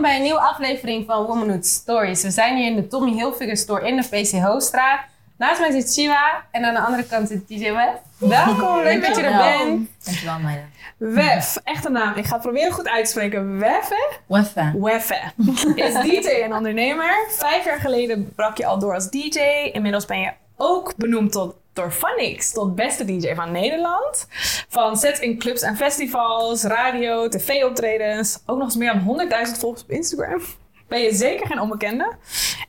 bij een nieuwe aflevering van Womanhood Stories. We zijn hier in de Tommy Hilfiger store in de PCH-straat. Naast mij zit Shiva en aan de andere kant zit DJ Wef. Welkom, leuk dat je er Dankjewel. bent. Dankjewel, meiden. Wef, echte naam. Ik ga het proberen goed uit te spreken. Weffe, Weffe. Weffe. Is DJ en ondernemer. Vijf jaar geleden brak je al door als DJ. Inmiddels ben je ook benoemd tot, door Phonix tot beste DJ van Nederland. Van sets in clubs en festivals, radio, tv-optredens. Ook nog eens meer dan 100.000 volgers op Instagram. Ben je zeker geen onbekende.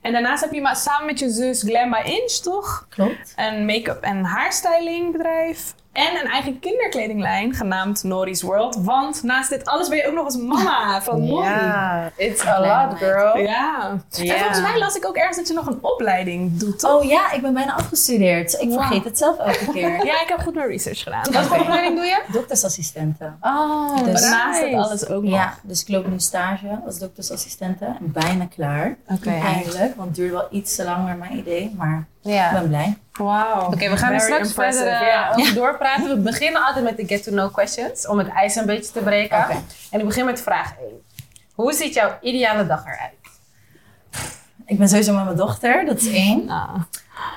En daarnaast heb je maar samen met je zus Glam by Inch, toch? Klopt. een make-up en haarstylingbedrijf. En een eigen kinderkledinglijn genaamd Nori's World. Want naast dit alles ben je ook nog eens mama van Nori. Ja. it's a lot, girl. En volgens mij las ik ook ergens dat je nog een opleiding doet, toch? Oh ja, ik ben bijna afgestudeerd. Ik vergeet Wauw. het zelf elke keer. Ja, ik heb goed mijn research gedaan. Wat voor opleiding doe je? Doktersassistenten. Oh, Dus- Maar naast dat nice. alles ook nog. Ja, dus ik loop nu stage als doktersassistenten. En bijna klaar. Oké. Eigenlijk, want het duurt wel iets te lang naar mijn idee. Maar ik Ja. ben blij. Wauw. Oké, we gaan er straks verder eh, Ja. over doorpraten. We beginnen altijd met de get to know questions, om het ijs een beetje te breken. Oké. En ik begin met vraag 1. Hoe ziet jouw ideale dag eruit? Ik ben sowieso met mijn dochter, dat is één. Ah.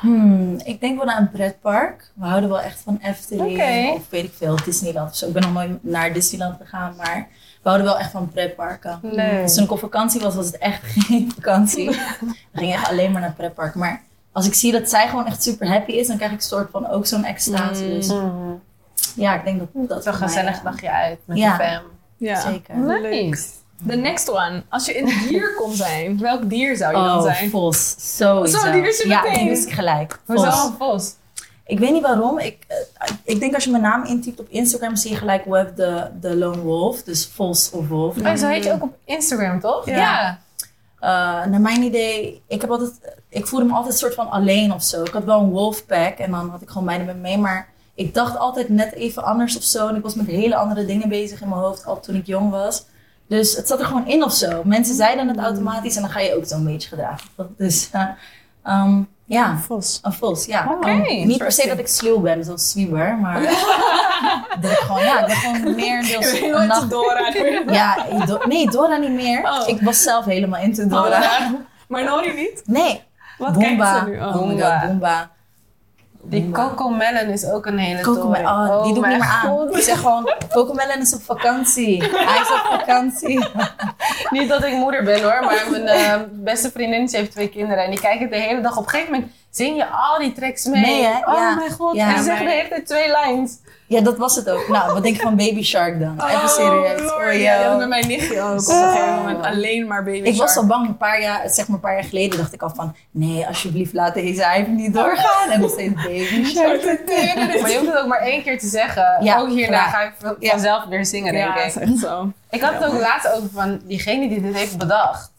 Hmm, ik denk wel naar een pretpark. We houden wel echt van Efteling Oké. of weet ik veel, Disneyland of zo. Ik ben nog nooit naar Disneyland gegaan, maar we houden wel echt van pretparken. Leuk. Dus toen ik op vakantie was, was het echt geen vakantie. We gingen echt alleen maar naar pretpark. Maar als ik zie dat zij gewoon echt super happy is, dan krijg ik soort van ook zo'n extase. Mm. Dus ja, ik denk dat dat Zo'n voor mij, gezellig eh, dagje uit met Ja. de fam. Ja. Zeker. Leuk. Nice. The next one. Als je een dier kon zijn, welk dier zou je dan Oh, zijn? Vos. Sowieso. Zo, die wist je ja, meteen. die wist ik gelijk. Vos. Hoezo een vos? Ik weet niet waarom. Ik, eh, ik denk als je mijn naam intypt op Instagram, zie je gelijk Web de, de Lone Wolf. Dus Vos of Wolf. Oh, zo heet je ook op Instagram, toch? Ja. Eh, naar mijn idee, ik, heb altijd, ik voelde me altijd soort van alleen of zo. Ik had wel een wolfpack en dan had ik gewoon meiden met me mee. Maar ik dacht altijd net even anders of zo. En ik was met hele andere dingen bezig in mijn hoofd al toen ik jong was. Dus het zat er gewoon in of zo. Mensen zeiden het automatisch en dan ga je ook zo'n beetje gedragen. Dus eh, ehm, ja, Vos. een vos, ja. Oké, Um, niet per se interesting. dat ik sluw ben, zoals zwieber, maar dat ik gewoon, ja, ik ben gewoon meerendeels Ik weet een nooit nacht... Dora. Ja, Do- nee, Dora niet meer. Oh. Ik was zelf helemaal into Dora. Maar Nori niet? Nee, Wat Boomba. kijkt ze nu? Oh, Oh. my Boomba. god, Boomba. Die Coco Melon is ook een hele Cocomelon, toren. oh, die doe ik mijn niet meer aan. God. Ik zeg gewoon, Cocomelon is op vakantie. Hij is op vakantie. Niet dat ik moeder ben hoor, maar mijn eh, beste vriendinnetje heeft twee kinderen. En die kijken het de hele dag. Op een gegeven moment zing je al die tracks mee. Nee, hè? Oh Ja. mijn god, Ja. en ze zeggen de hele tijd twee lines. Ja, dat was het ook. Nou, wat denk je van Baby Shark dan? Oh, Oh, Even serieus. Oh, Lord, voor ja, jou. dat met mijn nichtje ook. Op een gegeven moment alleen maar baby Ik was Shark. al bang, een paar jaar, zeg maar een paar jaar geleden dacht ik al van... Nee, alsjeblieft, laat deze hype niet doorgaan. En nog steeds Baby Shark. Maar je hoeft het ook maar één keer te zeggen. Ja, ook hierna klaar. ga ik van- Ja. vanzelf weer zingen, denk Ja, ik. dat is echt zo. Ik had het ook laatst over van diegene die dit heeft bedacht.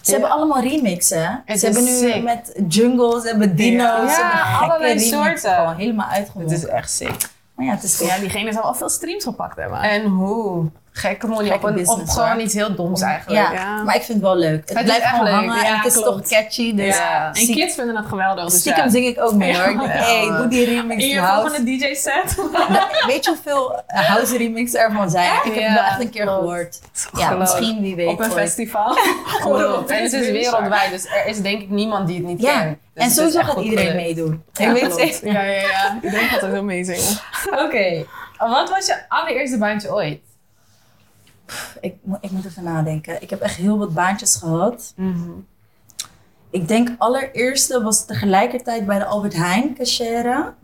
Ze hebben allemaal remixen. hè? Het ze is hebben nu sick. met Jungle, ze hebben Dino's. Ja. ze hebben Ja, gekke allerlei remixen. soorten. Gewoon helemaal Het uitgewonden. is echt sick. Maar ja, het is Ja, diegene zou wel veel streams gepakt hebben. En hoe? Gekke money op, Gekke een, op business, gewoon hoor. iets heel doms eigenlijk. Ja, Ja. maar ik vind het wel leuk. Het, is blijft echt gewoon leuk. hangen en Ja, het is klopt. toch catchy. Dus Ja. En Stiek- kids vinden het geweldig. Dus stiekem ja. zing ik ook mee hoor. Ik denk, Ja. hey, doe die remix In die je house. volgende DJ-set. Weet je hoeveel eh, house remix ervan zijn? Ik heb het Ja, wel echt een keer klopt. gehoord. Ja, misschien, wie weet. Op een ooit. festival. Klopt. En het is Baby Shark. wereldwijd, dus er is denk ik niemand die het niet Ja, kent. Dus en het is sowieso echt gaat goed iedereen gelukt. meedoen. Ja, ik weet het klopt. zeker. Ja, ja, ja. Ik denk dat het heel amazing Oké, wat was je allereerste baantje ooit? Ik, moet- ik moet even nadenken. Ik heb echt heel wat baantjes gehad. Ik denk allereerste was tegelijkertijd bij de Albert Heijn cashier.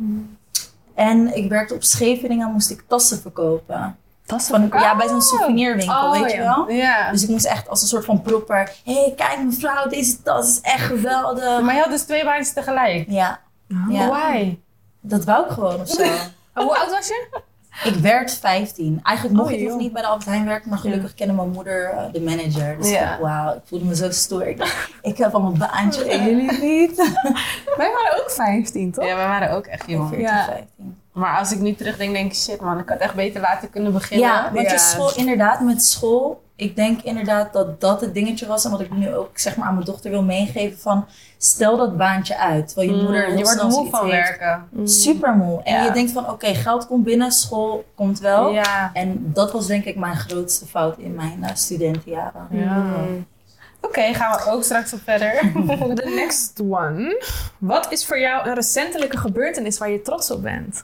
En ik werkte op Scheveningen, moest ik tassen verkopen. was Van, ja, bij zo'n souvenirwinkel, Oh, weet je ja. wel? Ja. Dus ik moest echt als een soort van propper. Hé, hey, kijk mevrouw, deze tas is echt geweldig. Maar je had dus twee baantjes tegelijk. Ja, ja. Why? Oh, dat wou ik gewoon of zo. Hoe oud was je? ik werd 15. Eigenlijk mocht Oh, ik nog joh. niet bij de Albert Heijn werken, maar gelukkig kende mijn moeder eh, de manager. Dus Ja. ik dacht, wauw, ik voelde me zo stoer. Ik dacht, ik heb al mijn baantje en jullie niet. Wij waren ook 15, toch? Ja, we waren ook echt jong. 14, Ja. 15. Maar als ik nu terugdenk, denk ik shit man, ik had echt beter laten kunnen beginnen. Ja, want Ja. je school, inderdaad, met school ik denk inderdaad dat dat het dingetje was. En wat ik nu ook zeg maar aan mijn dochter wil meegeven van... Stel dat baantje uit. Terwijl je moeder heel Mm, je wordt Mm, snel moe zoiets van heeft. werken. Super moe. En Ja. je denkt van oké, geld komt binnen, school komt wel. Ja. En dat was denk ik mijn grootste fout in mijn eh, studentenjaren. Mm. Oké, gaan we ook straks op verder. The next one. Wat is voor jou een recentelijke gebeurtenis waar je trots op bent?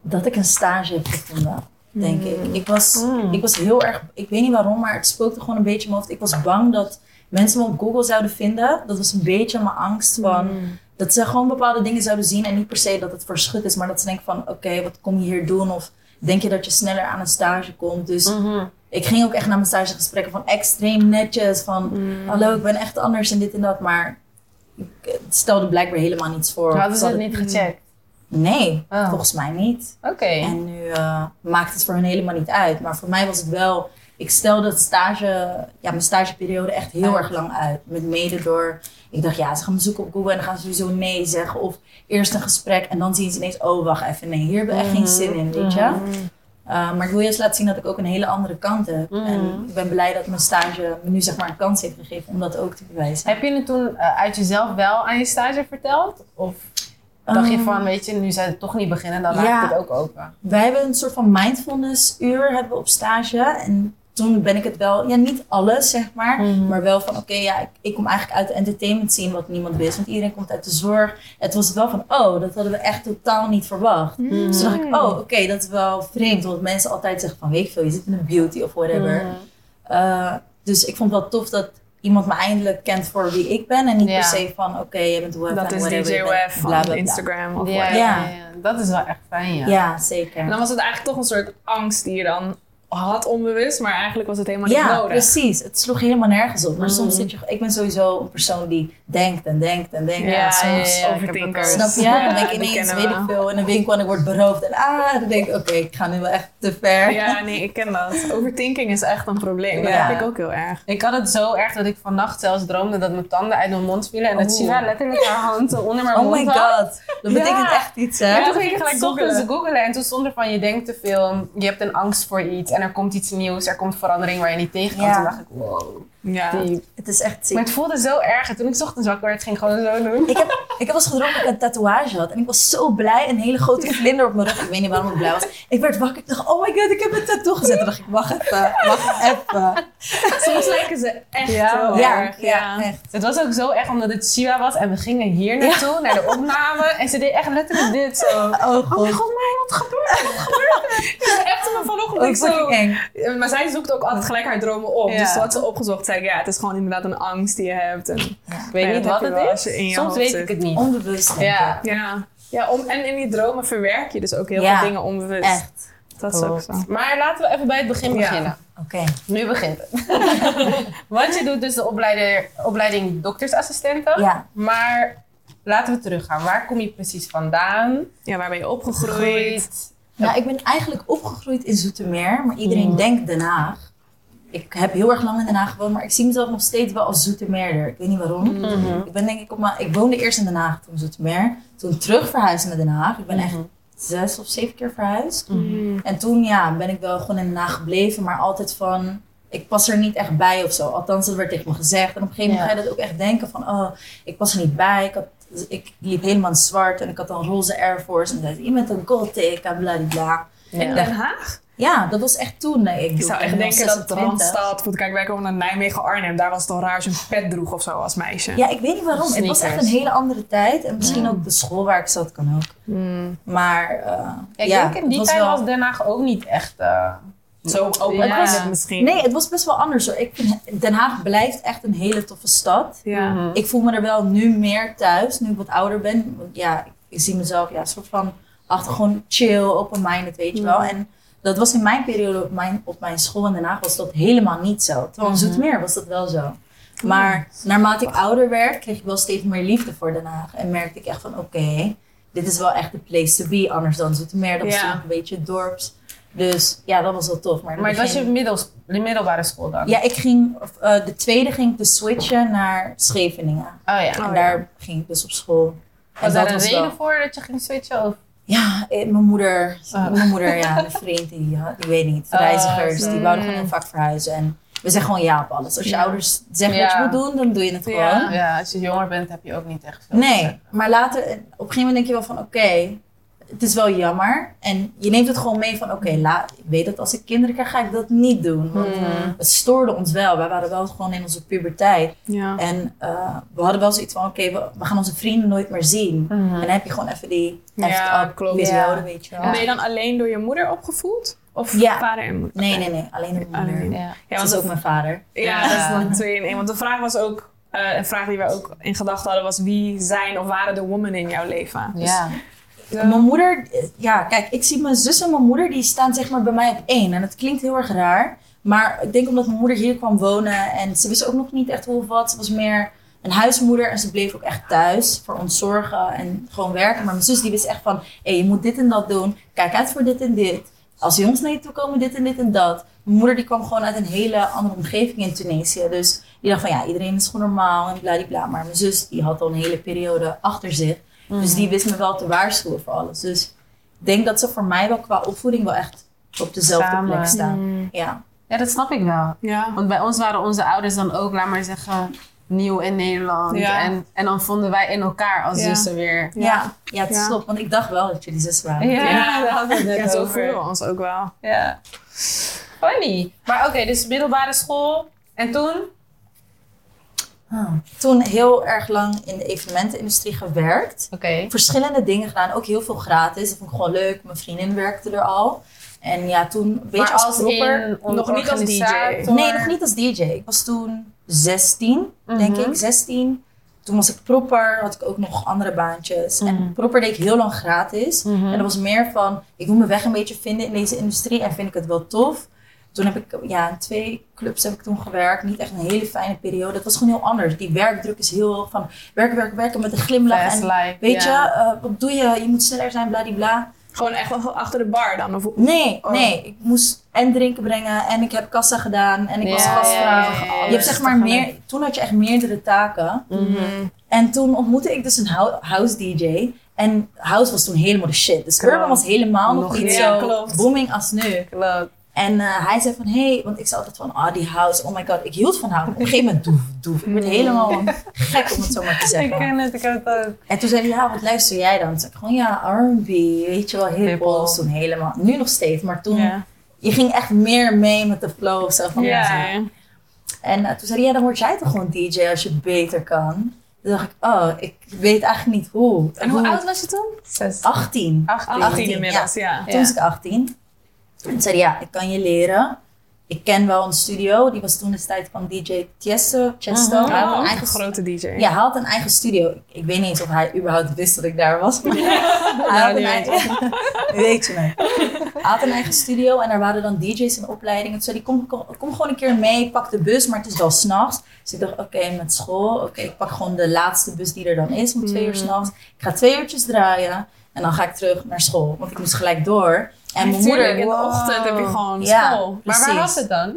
dat ik een stage heb gevonden, denk ik. Ik was, Mm. ik was heel erg, ik weet niet waarom, maar het spookte gewoon een beetje in mijn hoofd. Ik was bang dat mensen me op Google zouden vinden. Dat was een beetje mijn angst van, Hmm. dat ze gewoon bepaalde dingen zouden zien en niet per se dat het voor schut is, maar dat ze denken van, oké, wat kom je hier doen? Of denk je dat je sneller aan een stage komt? Dus Mhm. ik ging ook echt naar mijn stagegesprekken van extreem netjes, van, Hmm. hallo, ik ben echt anders en dit en dat, maar ik eh, stelde blijkbaar helemaal niets voor. Hadden ze Ze het niet gecheckt? Nee, Oh. volgens mij niet. Oké. En nu eh, maakt het voor hen helemaal niet uit. Maar voor mij was het wel. Ik stelde het stage, ja, mijn stageperiode echt heel Uit. erg lang uit. Met mede door. Ik dacht, ja, ze gaan me zoeken op Google en dan gaan ze sowieso nee zeggen. Of eerst een gesprek en dan zien ze ineens, oh wacht even, nee, hier hebben we echt geen zin in, weet je. Mhm. Eh, maar ik wil juist laten zien dat ik ook een hele andere kant heb. Mhm. En ik ben blij dat mijn stage me nu zeg maar een kans heeft gegeven om dat ook te bewijzen. Heb je het toen eh, uit jezelf wel aan je stage verteld? Of dacht je Ehm, van, weet je, nu zou het toch niet beginnen, dan laat ja. ik het ook open. Wij hebben een soort van mindfulness uur hebben we op stage. En toen ben ik het wel, ja, niet alles zeg maar, Mhm. maar wel van oké, ja, ik, ik kom eigenlijk uit de entertainment scene, wat niemand wist, want iedereen komt uit de zorg. Het was wel van, oh, dat hadden we echt totaal niet verwacht. Hmm. Dus toen dacht ik, oh, oké, dat is wel vreemd, want mensen altijd zeggen van, weet ik veel, je zit in de beauty of whatever. Mhm. Eh, dus ik vond het wel tof dat iemand me eindelijk kent voor wie ik ben en niet Ja. per se van, oké, je bent WF Dat en is whatever, je DJ bent Wef bla, van bla, bla. Instagram. Of Ja, whatever. ja, ja. dat is wel echt fijn, ja. Ja, En zeker. dan was het eigenlijk toch een soort angst die je dan had onbewust, maar eigenlijk was het helemaal niet Ja, nodig. precies. Het sloeg helemaal nergens op. Maar Mm. soms zit je... Ik ben sowieso een persoon die denkt en denkt en denkt. Ja, en ja, soms ja, ik heb het overthinkers. ook. Snap je? Ja, dan ben ik die ineens, kennen weet we. ik veel, in een winkel en ik word beroofd. En ah, dan denk ik, oké, ik ga nu wel echt te ver. Ja, nee, ik ken dat. Overthinking is echt een probleem. Dat Ja. heb ik ook heel erg. Ik had het zo erg dat ik vannacht zelfs droomde dat mijn tanden uit mijn mond vielen. En dat Oeh. Shiva letterlijk haar handen onder mijn Oh mond my had. god. Dat betekent Ja. echt iets, hè? Ja, Ja, toen dat ging ik ging gelijk ik googlen. googelen en toen stond er van je denkt te veel, je hebt een angst voor iets en er komt iets nieuws, er komt verandering waar je niet tegen kan. Ja. Toen dacht ik, wow, Ja. diep. Het is echt ziek. Maar het voelde zo erg en toen ik 's ochtends wakker werd, ging ik gewoon zo doen. Ik heb, ik heb wel eens gedroomd dat ik een tatoeage had. En ik was zo blij. Een hele grote vlinder op mijn rug. Ik weet niet waarom ik blij was. Ik werd wakker. Ik dacht, oh my god, ik heb een tattoo gezet. Toen dacht ik, wacht even. Wacht even. Soms lijken ze echt Ja, heel Ja, erg. ja, echt. Het was ook zo erg omdat het Shiva was en we gingen hier naartoe, naar de opname. En ze deed echt letterlijk dit zo. Oh Oh mijn god. god, mij wat gebeurt er? Wat Ja, Echt me vanochtend Ook ik zo... Eh, fucking eng. Maar zij zoekt ook altijd gelijk haar dromen op. Ja. Dus wat ze opgezocht zei, ik, ja, het is gewoon inderdaad een angst die je hebt. En, Ik weet Ja, niet dat wat heb je wel het als je in is. je Soms hoofd weet zit. ik het niet. Onbewust, denk ik. Ja, ja. Ja, om, en in die dromen verwerk je dus ook heel Ja, veel dingen onbewust. Echt. Dat is ook zo. maar laten we even bij het begin Ja. beginnen. Oké. Nu begint het. Want je doet dus de opleider, opleiding doktersassistenten. Ja. Maar laten we teruggaan. Waar kom je precies vandaan? Ja, waar ben je opgegroeid? Groeit. Nou, ik ben eigenlijk opgegroeid in Zoetermeer, maar iedereen Mm. denkt Den Haag. Ik heb heel erg lang in Den Haag gewoond, maar ik zie mezelf nog steeds wel als Zoetermeerder. Ik weet niet waarom. Mhm. Ik ben denk ik op mijn, ik woonde eerst in Den Haag, toen Zoetermeer. Toen terug verhuisd naar Den Haag. Ik ben echt Mhm. zes of zeven keer verhuisd. Mm. En toen ja, ben ik wel gewoon in Den Haag gebleven, maar altijd van, ik pas er niet echt bij of zo. Althans, dat werd tegen me gezegd. En op een gegeven moment Ja. ga je dat ook echt denken van, oh, ik pas er niet bij. Ik, had, ik liep helemaal in het zwart en ik had dan roze Air Force. En dan zei je bent een gold bla bla. In Den Haag? Ja, dat was echt toen. nee, ik, Ik zou echt ben denken dat de 26. Randstad... Want kijk, wij komen naar Nijmegen, Arnhem. Daar was het al raar als je een pet droeg of zo als meisje. Ja, ik weet niet waarom. Het was echt een Sneakers. hele andere tijd. En misschien Ja. ook de school waar ik zat kan ook. Mm. Maar eh, Ik ja, denk in die het tijd wel- was Den Haag ook niet echt... eh, Zo open Ja. was het misschien. Nee, het was best wel anders hoor. Ik vind, Den Haag blijft echt een hele toffe stad. Ja. mhm. Ik voel me er wel nu meer thuis, nu ik wat ouder ben. Want ja, ik zie mezelf ja, soort van achter gewoon chill, open-minded, weet je wel. En dat was in mijn periode op mijn, op mijn school in Den Haag was dat helemaal niet zo. Terwijl Mhm. in Zoetermeer was dat wel zo. Maar naarmate ik ouder werd, kreeg ik wel steeds meer liefde voor Den Haag. En merkte ik echt van, oké, dit is wel echt de place to be. Anders dan Zoetermeer, dat was Ja. nog een beetje dorps. Dus ja, dat was wel tof. Maar, in het Maar dat was begin- je middels, de middelbare school dan? Ja, ik ging, of, eh, de tweede ging ik dus switchen naar Scheveningen. Oh ja. En Oh, daar ging ik dus op school. En Was daar een wel- reden voor dat je ging switchen? Of? Ja, eh, mijn moeder. Oh. Mijn moeder, ja, een vriend, die, ja, die weet niet. Oh, Reizigers, die mm. wouden gewoon heel vaak verhuizen. En we zeggen gewoon ja op alles. Als je Ja. ouders zeggen wat Ja. je moet doen, dan doe je het gewoon. Ja. Nou ja, als je jonger bent heb je ook niet echt veel te Nee, zeggen. maar later, eh, op een gegeven moment denk je wel van oké, het is wel jammer. En je neemt het gewoon mee van oké, la- ik weet dat als ik kinderen krijg, ga ik dat niet doen. Want Hmm. het stoorde ons wel. Wij waren wel gewoon in onze puberteit. Ja. En eh, we hadden wel zoiets van oké, we, we gaan onze vrienden nooit meer zien. Mhm. En dan heb je gewoon even die Ja, ja, klopt. periode, Ja. weet je Dus wel. Ja. Ben je dan alleen door je moeder opgevoed? Of Ja. vader en moeder? Nee, nee, nee, alleen de moeder. Alleen. Ja. Ja, dat want is ook mijn vader. Ja, Ja. dat is dan twee in één. Want de vraag was ook, eh, een vraag die we ook in gedachten hadden, was wie zijn of waren de women in jouw leven? Dus, Ja. eh, Mijn moeder, eh, ja, kijk, ik zie mijn zus en mijn moeder, die staan zeg maar bij mij op één. En dat klinkt heel erg raar, maar ik denk omdat mijn moeder hier kwam wonen en ze wist ook nog niet echt hoe of wat. Ze was meer een huismoeder en ze bleef ook echt thuis voor ons zorgen en gewoon werken. Maar mijn zus die wist echt van, hé, je moet dit en dat doen. Kijk uit voor dit en dit. Als die jongens naar je toe komen, dit en dit en dat. Mijn moeder die kwam gewoon uit een hele andere omgeving in Tunesië. Dus die dacht van, ja, iedereen is gewoon normaal en bladibla. Maar mijn zus, die had al een hele periode achter zich. Dus Mhm. die wist me wel te waarschuwen voor alles. Dus ik denk dat ze voor mij wel qua opvoeding wel echt op dezelfde Samen. Mhm. plek staan. mm, Ja. ja, dat snap ik wel. ja. Want bij ons waren onze ouders dan ook, laat maar zeggen, nieuw in Nederland. Ja. En, en dan vonden wij in elkaar als Ja. zussen weer. Ja. Ja. ja, het Ja. is klopt. Want ik dacht wel dat jullie zus waren. Ja, daar hadden we het net Ja, zo over. voelen we ons ook wel. Ja. Funny. Maar oké, dus middelbare school. En toen? Ah. Toen heel erg lang in de evenementenindustrie gewerkt. Oké. Verschillende dingen gedaan. Ook heel veel gratis. Dat vond ik gewoon leuk. Mijn vriendin werkte er al. En ja, toen een beetje Maar als, als proper. in nog niet als DJ. organisator? Nee, nog niet als DJ. Ik was toen 16, denk Mhm. ik. 16. Toen was ik proper, had ik ook nog andere baantjes. Mhm. En proper deed ik heel lang gratis. Mhm. En dat was meer van, ik moet mijn weg een beetje vinden in deze industrie en vind ik het wel tof. Toen heb ik ja, in twee clubs heb ik toen gewerkt. Niet echt een hele fijne periode. Het was gewoon heel anders. Die werkdruk is heel erg van werken, werken, werken met een glimlach. Fast En life, weet ja. je, eh, wat doe je? Je moet sneller zijn, bladibla. Gewoon echt wel achter de bar dan? Of, Nee, Oh. nee. Ik moest en drinken brengen en ik heb kassa gedaan en ik was Ja, gastvrouw. ja, ja, ja, Je hebt zeg maar tegelijk. meer, toen had je echt meerdere taken. Mhm. En toen ontmoette ik dus een hou- house DJ. En house was toen helemaal de shit. Dus Klopt. urban was helemaal nog, Nog niet niet. zo Ja, klopt. booming als nu. Klopt. En eh, hij zei van, hé, hey, want ik zei altijd van, ah die house, oh my god. Ik hield van house. Op een gegeven moment, doef, doef. Ik ben helemaal gek om het zo maar te Ik zeggen. ken het, ik heb het ook. En toen zei hij, ja, wat luister jij dan? Toen zei ik gewoon, ja, R&B, weet je wel, Hip-hop. hiphop. Toen helemaal, nu nog steeds, maar toen Ja. je ging echt meer mee met de flow of zo van Ja. muziek. En eh, toen zei hij, ja, dan word jij toch gewoon DJ als je beter kan. Toen dacht ik, oh, ik weet eigenlijk niet hoe. En hoe oud was je toen? 18. 18. 18 ja. inmiddels, ja. Toen was ik 18. En toen zei hij, ja, ik kan je leren. Ik ken wel een studio, die was toen destijds van DJ Tiesto. Chesto. Mhm. Hij had Oh, een een eigen grote DJ. ja, hij had een eigen studio. Ik- Ik weet niet eens of hij überhaupt wist dat ik daar was. maar hij had die een eigen... Nou, Weet je nou. Hij had een eigen studio en daar waren dan DJ's in opleiding. En toen zei hij, kom, kom, kom gewoon een keer mee, pak de bus, maar het is wel s'nachts. Dus ik dacht, oké, met school, oké, ik pak gewoon de laatste bus die er dan is om twee uur s'nachts. Ik ga twee uurtjes draaien en dan ga ik terug naar school, want ik moest gelijk door. En mijn moeder... in de wow. ochtend heb je gewoon Ja. school. Oh, Maar waar Precies. was het dan?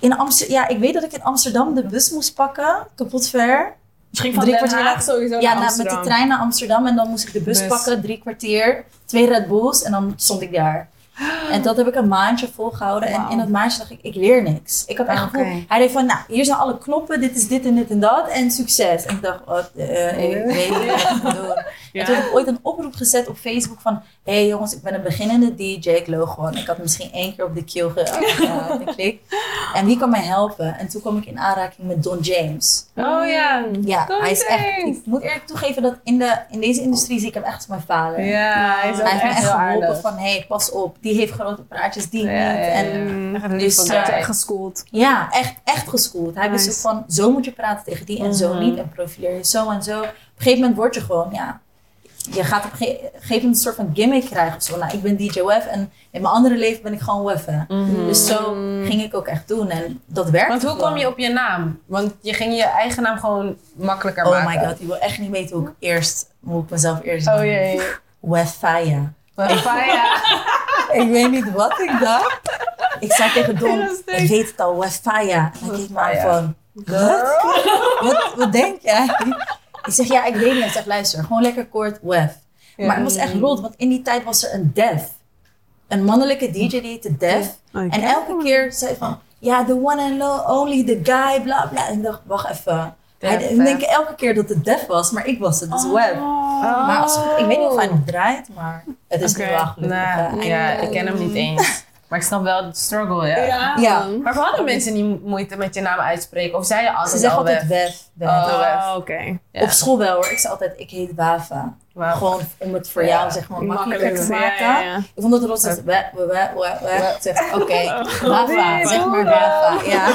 In Amsterdam, ja, ik weet dat ik in Amsterdam de bus moest pakken, kapot ver. Misschien van Drie Den kwartier Haag sowieso Ja, naar na- met Amsterdam. de trein naar Amsterdam en dan moest ik de bus Bus. pakken, drie kwartier, twee Red Bulls en dan stond ik daar. En dat heb ik een maandje volgehouden en Wauw. Ah, in dat maandje dacht ik, ik leer niks. Ik had echt Oké. gevoel, hij deed van, nou, hier zijn alle knoppen, dit is dit en dit en dat en succes. En ik dacht, wat, eh, ik weet niet wat ik moet doen. En toen heb ik ooit een oproep gezet op Facebook van, hé hey jongens, ik ben een beginnende DJ, ik loog gewoon. Ik had misschien één keer op de kill ge- eh, geklikt. En wie kan mij helpen? En toen kwam ik in aanraking met Don James. Oh ja. Ja, Don hij is echt. James. Ik moet eerlijk toegeven dat in, de, in deze industrie zie ik hem echt als mijn vader. Ja, hij is ook Hij heeft me echt echt heel geholpen aardig. van, hé, hey, pas op. Die heeft grote praatjes, die Ja, ja, niet. ja. En Mm, Dus, Dus, Ze werd eh, echt geschoold. ja, echt, echt geschoold. Hij wist ook Nice. van, zo moet je praten tegen die en zo Mhm. niet. En profileer je zo en zo. Op een gegeven moment word je gewoon, ja... Je gaat op een ge- gegeven moment een soort van gimmick krijgen of zo. Nou, ik ben DJ Wef en in mijn andere leven ben ik gewoon Wef. hè. Mhm. Dus zo ging ik ook echt doen en dat werkte Want hoe gewoon. kwam je op je naam? Want je ging je eigen naam gewoon makkelijker Oh maken. my god, je wil echt niet weten hoe ik eerst, hoe ik mezelf eerst Oh jee. Wefaya. Papaya. Ik weet niet wat ik dacht. Ik zei tegen Don, ik weet het al, Wefaya. En hij keek me aan Wefaya. van, wat? wat? Wat denk jij? Ik zeg, ja, ik weet niet. Hij zegt, luister, gewoon lekker kort, Wef. Ja. Maar het was echt rot, want in die tijd was er een dev. Een mannelijke DJ die heette Dev. En elke keer zei van, ja, the one and lo- only, the guy, bla bla. En ik dacht, wacht even. Def, Hij, ik hè? denk elke keer dat het Def was, maar ik was het, dus Web. Oh, Maar als, ik weet niet of hij nog draait, maar het is Oké. nu wel gelukkig. eh, Oh. Nou, ja, eindelijk. ik ken hem niet eens. Maar ik snap wel de struggle, ja. Ja. Ja. Maar hadden mensen die moeite met je naam uitspreken? Of zeiden eh, Ze altijd zeggen al altijd weg? Wef. Wef. Oh. Oh, oké. Ja. Op school wel hoor, ik zei altijd, ik heet Wafa. Wauw. Gewoon om het voor Ja. jou zeg maar makkelijker te maken. Ik vond dat Rot zegt, we, we, we, we, we. Ik zeg, oké, Oh, Wafa, dit zeg doen maar we. Wafa. Ja.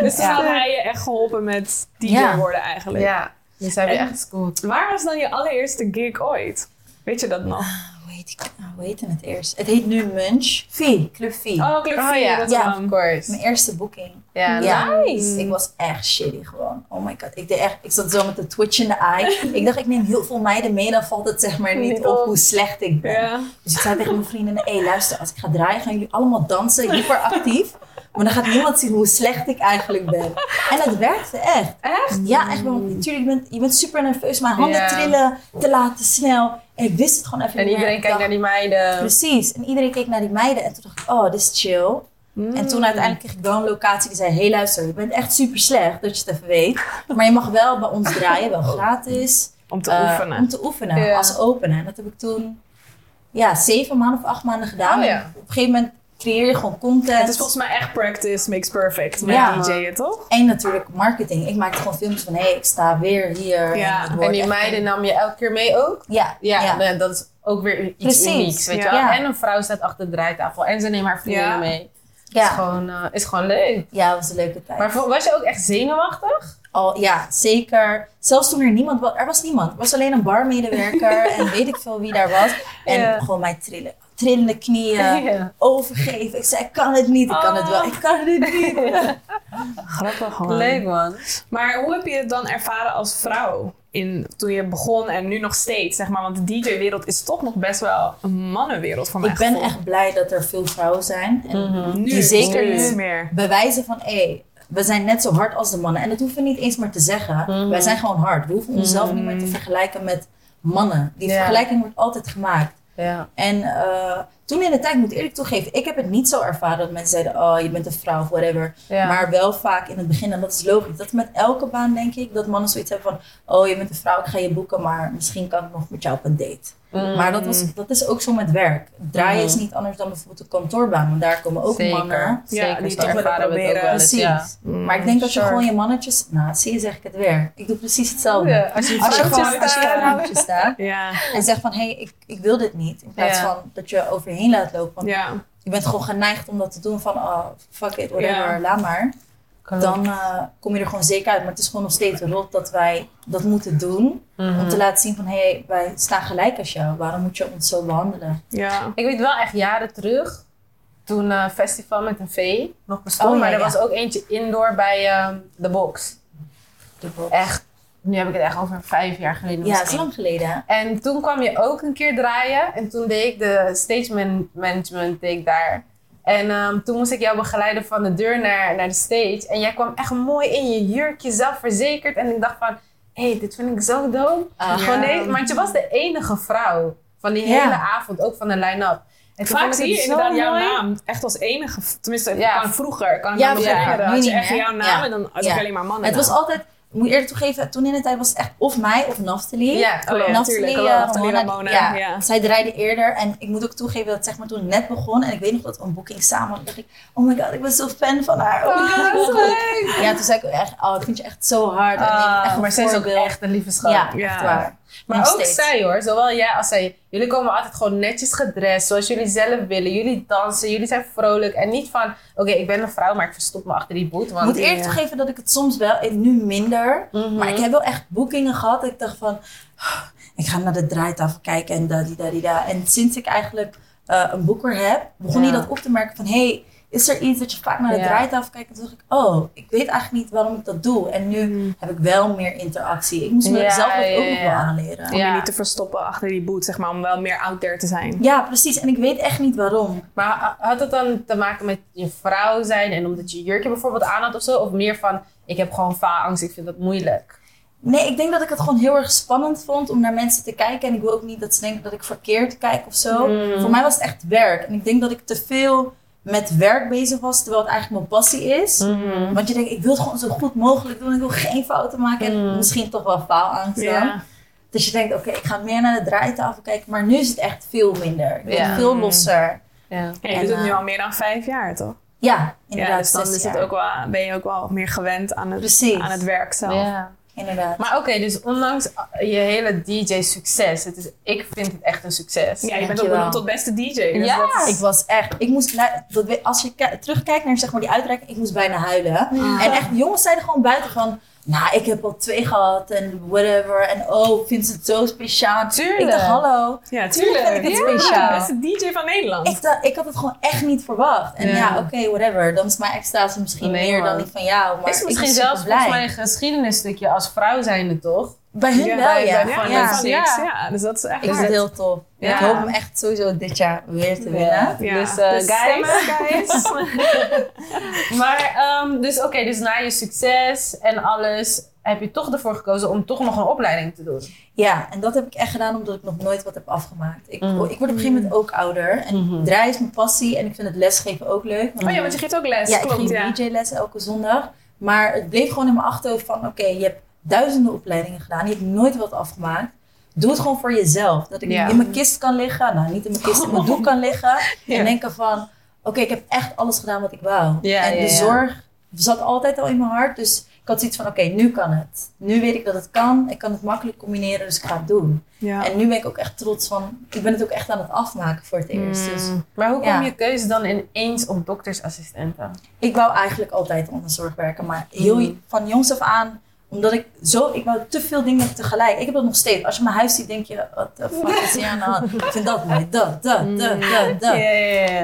Dus toen Ja. had hij je echt geholpen met DJ Ja. worden eigenlijk. Ja, dus zijn we En- echt school. Waar was dan je allereerste gig ooit? Weet je dat nog? Hoe heet, ik, nou, hoe heette het eerst? Het heet nu Munch. Fee, Club Fee. Oh, Club Oh, Vier, ja. dat Ja. kwam. Of course. Mijn eerste boeking. Ja, nice. Ik was echt shitty gewoon. Oh my god. Ik, deed echt, ik zat zo met de twitch in de eye. ik dacht, ik neem heel veel meiden mee. Dan valt het zeg maar niet, Niet op op. hoe slecht ik ben. Ja. Dus ik zei tegen mijn vrienden, hé luister, als ik ga draaien gaan jullie allemaal dansen, hyperactief. Maar dan gaat niemand zien hoe slecht ik eigenlijk ben. En het werkte echt. Echt? Ja, echt. Want natuurlijk, je bent, je bent super nerveus. Mijn handen Ja. trillen, te laat, te snel. En ik wist het gewoon even En niet iedereen meer. Ik kijkt naar die meiden. dacht, Precies. En iedereen keek naar die meiden. En toen dacht ik, oh, dit is chill. Mm. En Mm. toen uiteindelijk kreeg ik wel een locatie die zei, hé hey, luister, je bent echt super slecht, dat je het even weet. Maar je mag wel bij ons draaien, Oh. wel gratis. Om te eh, oefenen. Om te oefenen, Ja. als opener. En dat heb ik toen, ja, zeven maanden of acht maanden gedaan. Oh, ja. En Op een gegeven moment creëer je gewoon content. Het is volgens mij echt practice makes perfect met dus- Ja. DJ'en, toch? En natuurlijk marketing. Ik maakte gewoon filmpjes van, hé, hey, ik sta weer hier. Ja, het wordt En die echt- meiden nam je elke keer mee ook? Ja, Ja, ja. nou, dat is ook weer iets Precies, unieks, weet je ja. wel. Ja. En een vrouw staat achter de draaitafel en ze neemt haar vrienden Ja. mee. Is, ja. gewoon, eh, is gewoon leuk. Ja, het was een leuke tijd. Maar vo- was je ook echt zenuwachtig? Al, ja, zeker. Zelfs toen er niemand was. Er was niemand. Er was alleen een barmedewerker en weet ik veel wie daar was. En Ja. gewoon mijn trillen, trillende knieën, Ja. overgeven. Ik zei, ik kan het niet, ik kan het wel, ik kan het niet. Grappig Leuk man. Maar hoe heb je het dan ervaren als vrouw? In, toen je begon en nu nog steeds, zeg maar. Want de DJ-wereld is toch nog best wel een mannenwereld voor mij. Ik ben echt blij dat er veel vrouwen zijn. En Oh. Mhm. nu, die zeker steeds nu- dus meer. bewijzen van, hé, we zijn net zo hard als de mannen. En dat hoeven we niet eens meer te zeggen. Wij zijn gewoon hard. We hoeven onszelf niet meer te vergelijken met mannen. Die Ja. vergelijking wordt altijd gemaakt. Ja. En eh, toen in de tijd, moet ik eerlijk toegeven, ik heb het niet zo ervaren dat mensen zeiden, oh, je bent een vrouw of whatever. Ja. Maar wel vaak in het begin, en dat is logisch. Dat is met elke baan, denk ik, dat mannen zoiets hebben van, oh, je bent een vrouw, ik ga je boeken, maar misschien kan ik nog met jou op een date. Mm. Maar dat, was, dat is ook zo met werk. Draaien is niet anders dan bijvoorbeeld een kantoorbaan, want daar komen ook mannen. Zeker. Ja, Zeker. die Zo toch willen ervaren we het ook proberen. wel eens. Ja. Maar ik denk dat je sure. gewoon je mannetjes, nou, zie je zeg ik het weer. Ik doe precies hetzelfde. Oh, Ja, Als je Als je vrouwtjes gewoon als je staat. vrouwtje staat Ja, en zegt van, hé, hey, ik, ik wil dit niet. In plaats Ja. van dat je overheen laat lopen. Want ja. je bent gewoon geneigd om dat te doen van oh, fuck it, whatever, Ja. laat maar. Dan eh, kom je er gewoon zeker uit. Maar het is gewoon nog steeds rot dat wij dat moeten doen. Mhm. Om te Mm. laten zien van hé, hey, wij staan gelijk als jou. Waarom moet je ons zo behandelen? ja. Ik weet wel echt jaren terug, toen eh Festival met een V nog bestond, Oh, ja, maar er ja. was ook eentje indoor bij ehm, de box. Echt, nu heb ik het echt over vijf jaar geleden. Ja, het is misschien. lang geleden. Eh, hè? En toen kwam je ook een keer draaien. En toen deed ik de stage man- management deed ik daar. En ehm, toen moest ik jou begeleiden van de deur naar, naar de stage. En jij kwam echt mooi in je jurkje, zelfverzekerd. En ik dacht van, hé, dit vind ik zo dope. Ah. Gewoon deze- want je was de enige vrouw van die Ja. hele avond, ook van de line-up. En toen Vaak vond ik zie je het zo inderdaad jouw mooi. naam echt als enige. Tenminste, Ja. kan vroeger. Kan ik Ja, me nog vroeger, herinneren. nu Had je niet echt meer. jouw naam Ja. en dan had Ja. ik alleen maar mannen. Het was altijd, moet ik eerlijk toegeven, toen in de tijd was het echt of mij of Naftali. Ja, Oh, ja, Nathalie, natuurlijk. eh, Nathalie Ramona, Ramona. ja. Ja. Zij draaide eerder en ik moet ook toegeven dat het, zeg maar toen het net begon en ik weet nog dat we een boeking samen hadden, dacht ik, oh my god, ik ben zo fan van haar. Oh Ah, my god, wat leuk. Ja, toen zei ik echt, oh, ik vind je echt zo hard. En ik vind je echt Ah, een maar zij is ook voorbeeld. echt een lieve schat. Ja, Ja. echt waar. Maar Nog ook steeds. zij hoor, zowel jij als zij. Jullie komen altijd gewoon netjes gedrest, zoals jullie zelf willen. Jullie dansen, jullie zijn vrolijk. En niet van, oké, ik ben een vrouw, maar ik verstop me achter die boot. Ik Want Mhm. moet eerlijk Ja. toegeven dat ik het soms wel, ik- nu minder, maar ik heb wel echt boekingen gehad. dat Ik dacht van, "Ah, ik ga naar de draaitafel kijken en da die da die da. En sinds ik eigenlijk eh, een boeker heb, begon Ja. hij dat op te merken van, hé, hey, is er iets dat je vaak naar de Ja. draaitafel kijkt? En toen dacht ik, oh, ik weet eigenlijk niet waarom ik dat doe. En nu heb ik wel meer interactie. Ik moest Mhm. Ja, mezelf dat ja, ook nog wel ja. aanleren. Om Ja. je niet te verstoppen achter die boot, zeg maar. Om wel meer out there te zijn. Ja, precies. En ik weet echt niet waarom. Maar ha- had het dan te maken met je vrouw zijn en omdat je jurkje bijvoorbeeld aan had of zo? Of meer van, ik heb gewoon faalangst, ik vind dat moeilijk. Nee, ik denk dat ik het gewoon heel erg spannend vond om naar mensen te kijken. En ik wil ook niet dat ze denken dat ik verkeerd kijk of zo. Mm. Voor mij was het echt werk. En ik denk dat ik te veel met werk bezig was, terwijl het eigenlijk mijn passie is. Mm-hmm. Want je denkt, ik wil het gewoon zo goed mogelijk doen. Ik wil geen fouten maken. En misschien toch wel faalangst dan. Mm. Ja. Dus je denkt, oké, ik ga meer naar de draaitafel kijken. Maar nu is het echt veel minder. Ik ben Ja. Veel losser. Ja, je En, doet het nu eh, al meer dan vijf jaar, toch? Ja, Ja, inderdaad. dus dan zes is het jaar. ook wel, ben je ook wel meer gewend aan het, Precies. aan het werk zelf. Ja. Inderdaad. Maar oké, dus ondanks je hele DJ-succes, het is, ik vind het echt een succes. Ja, je bent ook Dankjewel. benoemd tot beste DJ. Dus Ja. dat is- Ik was echt, ik moest, na- dat we- als je ki- terugkijkt naar zeg maar die uitreiking, ik moest bijna huilen. En echt, jongens zeiden gewoon buiten van, nou, ik heb al twee gehad en whatever. En oh, ik vind ze het zo speciaal. Tuurlijk. Ik dacht, hallo. ja, tuurlijk. vind ik het Ja, speciaal. de beste DJ van Nederland. Ik, dacht, ik had het gewoon echt niet verwacht. En Ja. ja, oké, whatever. Dan is mijn extase misschien Nee, meer man. dan die van jou. Maar is ik misschien was zelfs superblij. volgens mij een geschiedenisstukje als vrouw zijnde, toch? Bij hun Ja, wel, bij- ja. bij Fun ja. Six, Ja. ja. dus dat is echt Ik vind het heel tof. Ja. Ik hoop hem echt sowieso dit jaar weer te winnen. Ja. Dus, eh, guys. guys. Maar, ehm, dus oké, dus na je succes en alles heb je toch ervoor gekozen om toch nog een opleiding te doen. Hmm. Ja, en dat heb ik echt gedaan omdat ik nog nooit wat heb afgemaakt. Ik, Mhm. ik word op een gegeven moment ook ouder. En Mhm. draaien is mijn passie en ik vind het lesgeven ook leuk. Oh ja, want je geeft ook les. ja, ik klopt, geef ja. DJ-les elke zondag. Maar het bleef gewoon in mijn achterhoofd van... Oké, je hebt duizenden opleidingen gedaan. Je hebt nooit wat afgemaakt. Doe het gewoon voor jezelf. Dat ik Ja. in mijn kist kan liggen. Nou, niet in mijn kist, in mijn doek kan liggen. Ja. En denken van... Oké, ik heb echt alles gedaan wat ik wou. Ja, en ja, de ja. zorg zat altijd al in mijn hart. Dus ik had zoiets van... Oké, nu kan het. Nu weet ik dat het kan. Ik kan het makkelijk combineren, dus ik ga het doen. Ja. En nu ben ik ook echt trots van... Ik ben het ook echt aan het afmaken voor het eerst. Mm. Dus Maar hoe kwam Ja. je keuze dan ineens op doktersassistenten? Ik wou eigenlijk altijd onder zorg werken, maar heel van jongs af aan, omdat ik zo, ik wou te veel dingen tegelijk. Ik heb dat nog steeds. Als je mijn huis ziet, denk je, wat de fuck is hier aan de hand? Ik vind dat mooi, dat, dat, dat, dat, dat.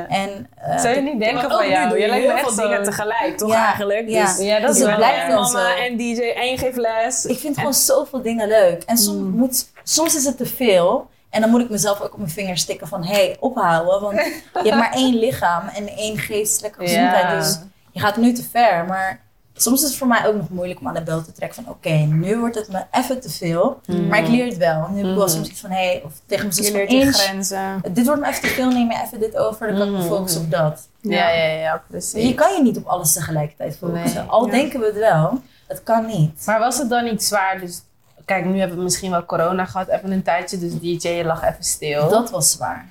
En eh, Zou je niet denken Want van ook nu jou? doe je lijkt me heel echt veel zo- dingen tegelijk, toch Ja, eigenlijk? ja. Dus Ja, dat Dus is je wel bent het blijft waar. wel zo. mama en DJ en je geeft les. ik vind gewoon zoveel dingen leuk. En soms, Mm. moet, soms is het te veel. En dan moet ik mezelf ook op mijn vingers stikken van, hé, hey, ophouden. Want je hebt maar één lichaam en één geestelijke Ja. gezondheid. Dus je gaat nu te ver. Maar soms is het voor mij ook nog moeilijk om aan de bel te trekken van, oké, nu wordt het me even te veel. Maar ik leer het wel. Nu heb ik wel soms iets van, hé, hey, of tegen mijn zus Mm. Je van, leert je eens, grenzen. Mm. dit wordt me even te veel, neem je even dit over. Dan kan ik me focussen op dat. ja, ja, ja, precies. Je kan je niet op alles tegelijkertijd focussen. Nee. Al Ja. denken we het wel, het kan niet. Maar was het dan niet zwaar? Dus kijk, nu hebben we misschien wel corona gehad, even een tijdje, dus DJ je lag even stil. Dat, Dat was zwaar.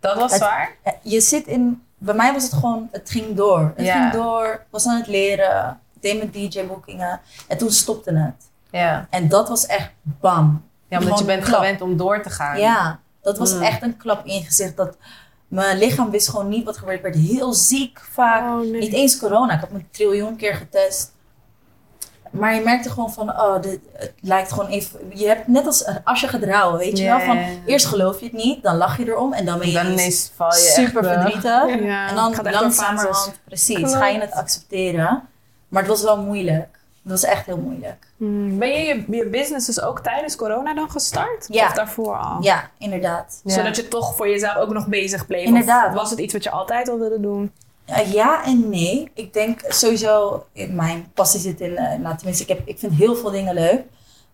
was Het- zwaar? Ja, je zit in. Bij mij was het gewoon, het ging door. Het Ja. ging door, ik was aan het leren, ik deed mijn DJ-boekingen. En toen stopte het. Ja. En dat was echt bam. Ja, omdat je Gewoon bent klap. gewend om door te gaan. Ja, dat was Mm. echt een klap in je gezicht. Dat mijn lichaam wist gewoon niet wat er gebeurde. Ik werd heel ziek vaak. Oh, nee. Niet eens corona, ik had me een triljoen keer getest. Maar je merkte gewoon van, oh, dit, het lijkt gewoon even... Je hebt net als als je gaat rouwen, weet je Ja, wel? Van, ja, ja. eerst geloof je het niet, dan lach je erom en dan ben En je dan ineens ineens val je super echt, eh, verdrietig. Ja, gaat En dan echt door fases. langzamerhand, precies, Klopt. ga je het accepteren. Maar het was wel moeilijk. Het was echt heel moeilijk. Hmm. Ben je, je je business dus ook tijdens corona dan gestart? Ja. Of daarvoor al? Oh. Ja, inderdaad. Ja. Zodat je toch voor jezelf ook nog bezig bleef. Inderdaad. Of was het iets wat je altijd al wilde doen? Eh, ja en nee. Ik denk sowieso, in mijn passie zit in, eh, nou tenminste, ik, heb, ik vind heel veel dingen leuk.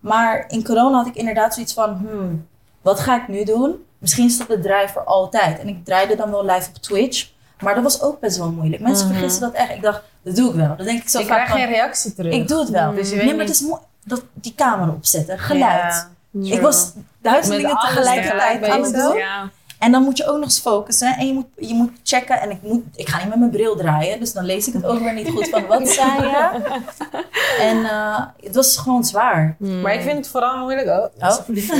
Maar in corona had ik inderdaad zoiets van, hmm, wat ga ik nu doen? Misschien stopt het draaien voor altijd. En ik draaide dan wel live op Twitch. Maar dat was ook best wel moeilijk. Mensen Mhm. vergissen dat echt. Ik dacht, dat doe ik wel. Dat denk ik zo Ik vaak krijg van, geen reactie terug. Ik doe het wel. Dus je weet nee, maar niet- het is mooi. Dat, die camera opzetten, geluid. Ja. ik was duizend Met dingen alles tegelijkertijd tegelijk aan het bezig. doen. Ja. En dan moet je ook nog eens focussen. En je moet, je moet checken. En ik, moet, ik ga niet met mijn bril draaien. Dus dan lees ik het ook weer niet goed van wat zei je. En eh, het was gewoon zwaar. Maar ik vind het vooral moeilijk. Oh, Mm. Oh.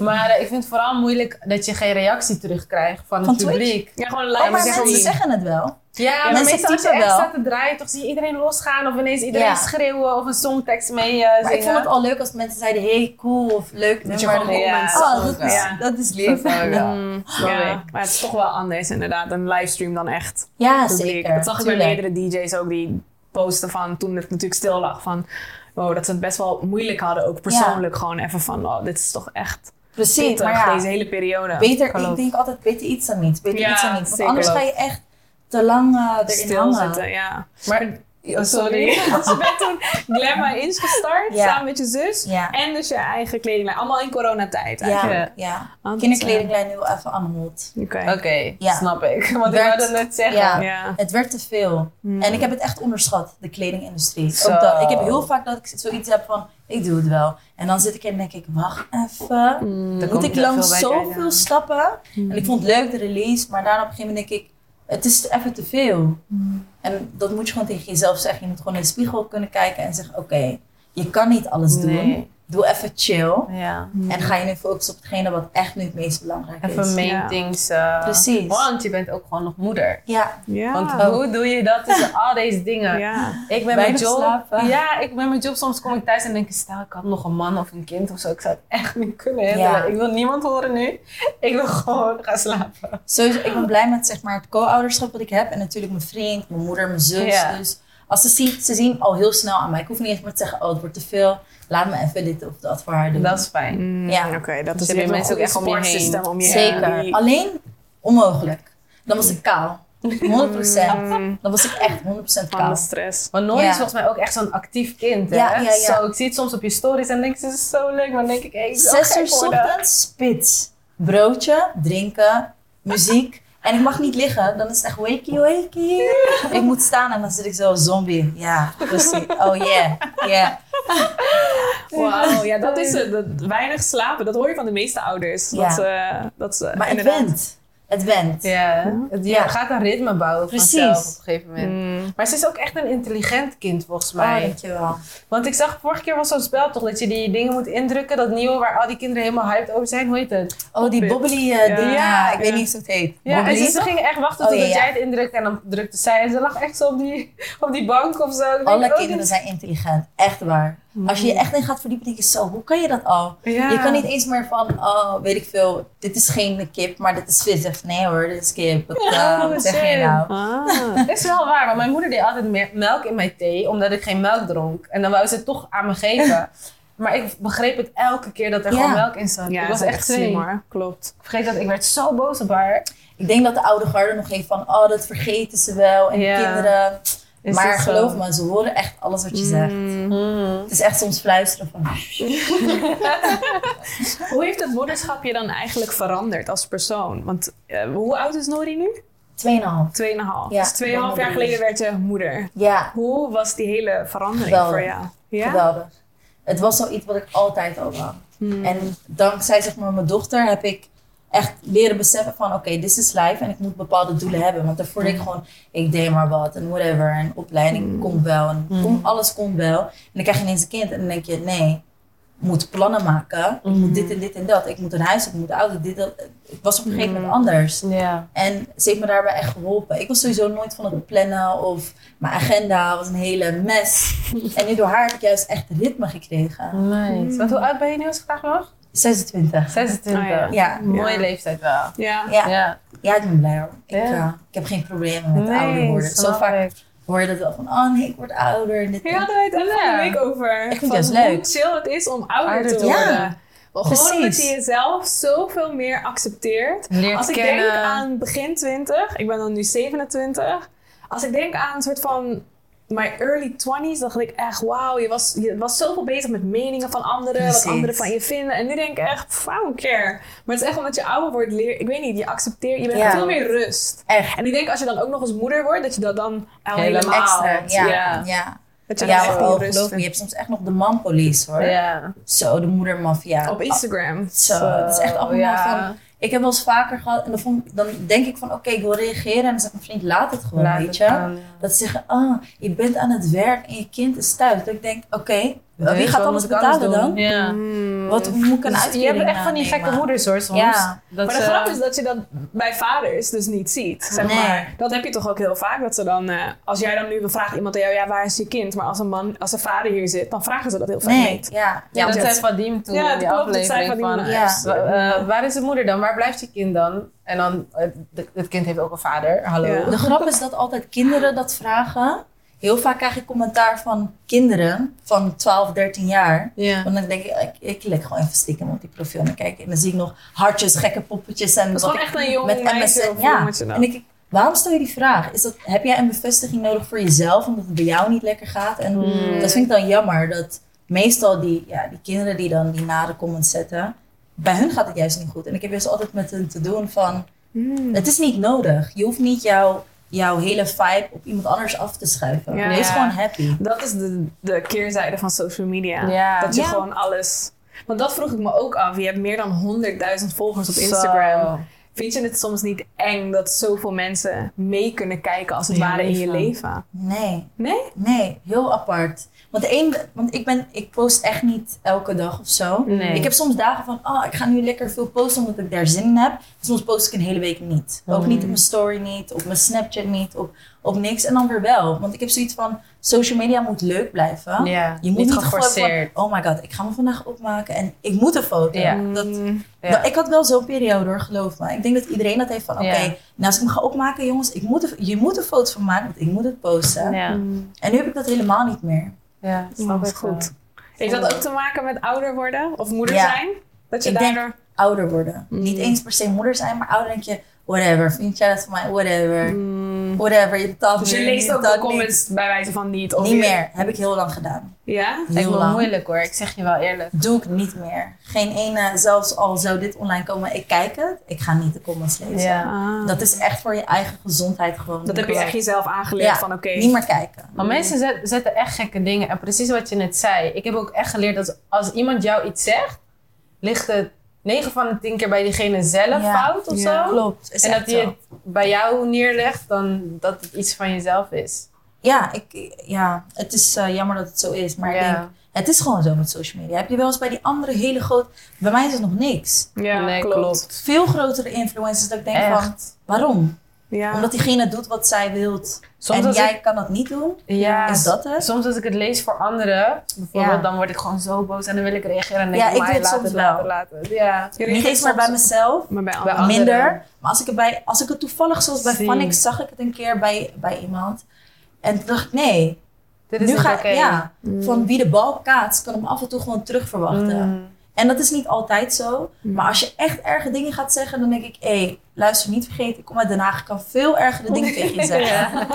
Maar eh, ik vind het vooral moeilijk dat je geen reactie terugkrijgt van het Van Twitch? publiek. Ja, gewoon live. Oh, maar mensen zeggen niet. zeggen het wel. Ja, maar mensen meestal als je typen echt wel. staat te draaien, toch zie je iedereen losgaan of ineens iedereen Ja. schreeuwen of een songtekst mee eh, Maar ik vond het zingen. al leuk als mensen zeiden, hey, cool of leuk. Dat je nummer. gewoon Ja. comments Oh, dat Ja. is, dat is Dat lief. zou ik wel. Mm, Snap ja, ik. maar het is toch wel anders inderdaad, een livestream dan echt Ja, publiek. zeker. dat zag ik bij Tuurlijk. meerdere DJ's ook die posten van toen het natuurlijk stil lag van wow, dat ze het best wel moeilijk hadden ook persoonlijk gewoon even van oh, dit is toch echt Precies, pittig maar ja. deze hele periode. Beter, Geloof. ik denk altijd beter iets dan niets. Beter Ja, iets dan niets. Want zeker anders ook. ga je echt te lang eh, erin stil hangen. zitten, ja. Maar Oh, sorry. Ze bent toen Glamma Ins gestart, Ja. samen met je zus. Ja. En dus je eigen kledinglijn. Allemaal in coronatijd eigenlijk. Ja. Ja, eh, ja. Want, Kinderkledinglijn nu wel even aan de mond. eh, Oké. Oké, Ja. snap ik. Want ik Werd- wou dat net zeggen. Ja. Ja. Het werd te veel. Hmm. En ik heb het echt onderschat, de kledingindustrie. Zo. Ook dat. Ik heb heel vaak dat ik zoiets heb van, ik doe het wel. En dan zit ik er en denk ik, wacht even. Mm. Er Moet komt ik er langs veel bij kijken. zoveel stappen? En ik vond het leuk, de release. Maar daarna op een gegeven moment denk ik, het is even te veel. Hmm. En dat moet je gewoon tegen jezelf zeggen. Je moet gewoon in de spiegel kunnen kijken en zeggen, oké, je kan niet alles doen. Nee. Hmm. Doe even chill. Ja. En ga je nu focussen op hetgene wat echt nu het meest belangrijk is. Even main Ja. things. eh, Precies. Want je bent ook gewoon nog moeder. Ja, Ja. Want Oh. hoe doe je dat tussen al deze dingen? ja. Ik ben mijn Weinig job. slapen. Ja, ik ben mijn job. Soms kom ik thuis en denk ik, stel ik had nog een man of een kind of zo. Ik zou het echt niet kunnen handelen. Ja. Ik wil niemand horen nu. Ik wil gewoon gaan slapen. sowieso. Ik ben blij met zeg maar, het co-ouderschap wat ik heb. En natuurlijk mijn vriend, mijn moeder, mijn zus. Ja. Dus als ze zien, ze zien al heel snel aan mij. Ik hoef niet eens meer te zeggen, oh het wordt te veel. Laat me even dit of dat voor haar doen. Dat is fijn. Mm, Ja. Oké, dat Dus is heb je een mensen ook goede echt om je heen. supportsysteem om je heen. Zeker. Die- Alleen onmogelijk. Dan was ik kaal. 100%. Mm, Dan was ik echt 100% Van de kaal. stress. Maar Noor Ja. is volgens mij ook echt zo'n actief kind. Hè? Ja, ja, ja. Zo, ik zie het soms op je stories en denk ik, ze is zo leuk. Maar dan denk ik, hey, ik wil Zes gek uur 's worden. ochtends, spits. Broodje, drinken, muziek. En ik mag niet liggen, dan is het echt wakey, wakey. Ik moet staan en dan zit ik zo zombie. Ja, precies. Oh yeah, yeah. Wauw, ja, dat is het. Dat- weinig slapen, dat hoor je van de meeste ouders. Ja. Dat ze, dat ze Maar het inderdaad... went. Het went. Eh, Ja, het- je Ja. gaat een ritme bouwen Precies. vanzelf op een gegeven moment. Mm. Maar ze is ook echt een intelligent kind volgens Oh, mij. dankjewel. Want ik zag vorige keer was zo'n spel toch dat je die dingen moet indrukken, dat nieuwe waar al die kinderen helemaal hyped over zijn. Hoe heet het? Oh, die Poppet. bobbly eh, Ja. dingen. Ja, ik weet ja. niet eens hoe het heet. Ja, en Bobbly? ze, ze gingen echt wachten Oh, totdat ja, ja. jij het indrukte en dan drukte zij. En ze lag echt zo op die, op die bank of zo. Ik denk, Alle oh, kinderen zijn intelligent. Echt waar. Als je je echt in gaat verdiepen, denk je zo, hoe kan je dat al? dit- Mm. Ja. Je kan niet eens meer van, oh, weet ik veel, dit is geen kip, maar dit is vis. Of nee hoor, dit is kip. Wat, eh, Ja, wat zeg je shit. nou? Ah. Dat is wel waar, want mijn moeder deed altijd me- melk in mijn thee, omdat ik geen melk dronk. En dan wou ze het toch aan me geven. Maar ik begreep het elke keer dat er Ja. gewoon melk in zat. Ja, ik was echt slim twee. hoor. Klopt. Ik vergeet dat, ik werd zo boos op haar. Ik denk dat de oude garde nog heeft van, oh, dat vergeten ze wel. En de Ja. kinderen. Is maar dat zo? geloof me, ze horen echt alles wat je zegt. Mm. Mm. Het is echt soms fluisteren van, Hoe heeft het moederschap je dan eigenlijk veranderd als persoon? Want eh, hoe oud is Nori nu? 2,5. Tweeënhalf. Ja, dus tweeënhalf jaar tweeënhalf. geleden werd je moeder. Ja, Hoe was die hele verandering Geweldig. voor jou? Ja? geweldig. Het was al iets wat ik altijd al wou. Mm. En dankzij zeg maar, mijn dochter heb ik echt leren beseffen van oké, dit is life en ik moet bepaalde doelen hebben. Want daarvoor Mm. deed ik gewoon, ik deed maar wat en whatever. En opleiding komt wel en Mm. komt- alles komt wel. En dan krijg je ineens een kind en dan denk je nee, ik moet plannen maken. Ik Mm. moet dit en dit en dat. Ik moet een huis, ik moet een auto. Dit, dat. Het was op een gegeven Mm. moment anders. Ja. En ze heeft me daarbij echt geholpen. Ik was sowieso nooit van het plannen of mijn agenda was een hele mes. en nu door haar heb ik juist echt ritme gekregen. Nice. Want hoe oud ben je nu als ik vraag mag? 26. 26. Oh, ja. Ja, Mooie Ja. leeftijd wel. Ja. ja. Ja. Ja, ik ben blij hoor. Ik, Ja. eh, ik heb geen problemen met ouder worden. Zo snap vaak ik. hoor je dat wel van, oh nee, ik word ouder. En dit Hier en- hadden wij het echt van de week over. Ik vind Van het juist leuk. Hoe chill het is om ouder, Ouder te te worden. worden. Wel, Gewoon omdat je Precies. jezelf zoveel meer accepteert. Leert Als ik kennen. denk aan begin 20, ik ben dan nu 27. Als ik denk aan een soort van my early 20s, dacht ik echt, wauw, je was, je was zoveel bezig met meningen van anderen, Precies. wat anderen van je vinden. En nu denk ik echt, pff, I don't care. Maar het is echt omdat je ouder wordt, leer, ik weet niet, je accepteert, je bent Ja. veel meer rust. Echt. En ik denk als je dan ook nog eens moeder wordt, dat je dat dan al Helemaal. helemaal... Extra, ja. Ja. Ja, ja. Dat je dan echt maar veel oh, rust geloof me, je vindt. hebt soms echt nog de manpolice hoor. Ja. Zo, de moedermafia. Op Instagram. Zo, het is echt allemaal ja. van... Ik heb wel eens vaker gehad en dan, vond ik- dan denk ik van, oké, ik wil reageren. En dan zegt mijn vriend, laat het gewoon, Laat weet het je. gaan, ja. Dat ze zeggen, ah, je bent aan het werk en je kind is thuis. Dat ik denk, oké, wie Dus gaat wat alles moet ik anders betalen doen? dan? Ja. Mm. Hmm. Wat hoe moet ik een Dus uitkering je hebt echt van die aannemen? gekke moeders hoor soms. Ja. Dat eh, maar de ze- grap is dat je dat bij vaders dus niet ziet. Zeg eh, Nee. maar. Dat heb je toch ook heel vaak. Dat ze dan, eh, als jij dan nu vraagt iemand aan jou, ja, waar is je kind? Maar als een man, als een vader hier zit, dan vragen ze dat heel vaak Nee, niet. ja. Ja, dat want zei het- Vadim toen Ja, in die het klopt, het zei aflevering Vadim van... en Ja. Ernst. wa- eh, waar is de moeder dan? Waar blijft je kind dan? En dan, eh, de- het kind heeft ook een vader, hallo. Ja. De grap is dat altijd kinderen dat vragen. Heel vaak krijg ik commentaar van kinderen van 12, 13 jaar. Ja. Want dan denk ik, ik, ik klik gewoon even stiekem op die profiel en dan kijk ik. En dan zie ik nog hartjes, gekke poppetjes en Dat is wat gewoon ik- echt een jong met meisje MSN. of Ja, jongetje dan. en ik, Waarom stel je die vraag? Is dat, heb jij een bevestiging nodig voor jezelf omdat het bij jou niet lekker gaat? En Hmm. dat vind ik dan jammer dat meestal die, ja, die kinderen die dan die nare comments zetten, bij hun gaat het juist niet goed. En ik heb juist altijd met hun te doen van, Hmm. het is niet nodig. Je hoeft niet jouw, jouw hele vibe op iemand anders af te schuiven. Ja. Wees gewoon happy. Dat is de, de keerzijde van social media. Ja. Dat je Ja. gewoon alles... Want dat vroeg ik me ook af. Je hebt meer dan 100.000 volgers op Instagram. Vind je het soms niet eng dat zoveel mensen mee kunnen kijken als het In je ware in je leven. leven? Nee. Nee? Nee, heel apart. Want, de een, want ik, ben, ik post echt niet elke dag of zo. Nee. Ik heb soms dagen van, ah, ik ga nu lekker veel posten omdat ik daar zin in heb. Soms post ik een hele week niet. Ook niet op mijn story niet, op mijn Snapchat niet, op, op niks. En dan weer wel. Want ik heb zoiets van, social media moet leuk blijven. Ja, Je moet niet niet gewoon geforceerd. van, oh my god, ik ga me vandaag opmaken en ik moet een foto. Ja. Mm. Mm, Dat, Ja. dat- ik had wel zo'n periode hoor, geloof me. Ik denk dat iedereen dat heeft van, oké, Ja. nou als ik me ga opmaken jongens, ik moet er, je moet een foto van maken, want ik moet het posten. Ja, En nu heb ik dat helemaal niet meer. ja Oh, snap dat ik is Mm. goed. goed. Heeft dat ook te maken met ouder worden of moeder Ja. zijn? Dat je Ik denk- daardoor... Ouder worden. Mm. Niet eens per se moeder zijn, maar ouder denk je, whatever, vind jij dat van mij, whatever. Mm. Whatever, je betaalt Dus me, je leest ook de betaalt niet. comments bij wijze van niet. Of Niet je- meer, heb ik heel lang gedaan. Ja? Lijkt Heel me lang. moeilijk hoor, ik zeg je wel eerlijk. Doe ik niet meer. Geen ene, zelfs al zou dit online komen, ik kijk het, ik ga niet de comments lezen. Ja. Ah. Dat is echt voor je eigen gezondheid gewoon. Dat heb je echt jezelf aangeleerd Ja, van oké. Niet meer kijken. Maar mensen zet- zetten echt gekke dingen. En precies wat je net zei. Ik heb ook echt geleerd dat als iemand jou iets zegt, ligt het 9 van de 10 keer bij diegene zelf Ja. fout of Ja. zo. Klopt. is En echt dat hij zo. het bij jou neerlegt, dan dat het iets van jezelf is. Ja, ik, ja, het is eh, jammer dat het zo is. Maar ik Ja. denk, het is gewoon zo met social media. Heb je wel eens bij die andere hele grote... Bij mij is het nog niks. Ja, Nee, klopt. klopt. Veel grotere influencers dat ik denk van... Echt. Waarom? Ja. Omdat diegene doet wat zij wilt. Soms en als jij kan dat niet doen. ik, ja, is dat het? Soms als ik het lees voor anderen, bijvoorbeeld, Ja. dan word ik gewoon zo boos en dan wil ik reageren en denk Ja, ik, ik maar doe het laat soms het, wel. laat het, laat het. Ja. Je Niet reageert eens maar soms- bij mezelf. Maar bij Bij anderen. anderen. minder. Maar als ik, het bij, als ik het toevallig, zoals bij Zie. Phonics, zag ik het een keer bij, bij iemand. En toen dacht ik, nee, Dit is nu niet ga ik, oké. ja, van wie de bal kaatst, kan hem af en toe gewoon terugverwachten. Mm. En dat is niet altijd zo. Maar als je echt erge dingen gaat zeggen, dan denk ik, hé, luister, niet vergeten, ik kom uit Den Haag, ik kan veel ergere dingen tegen je zeggen.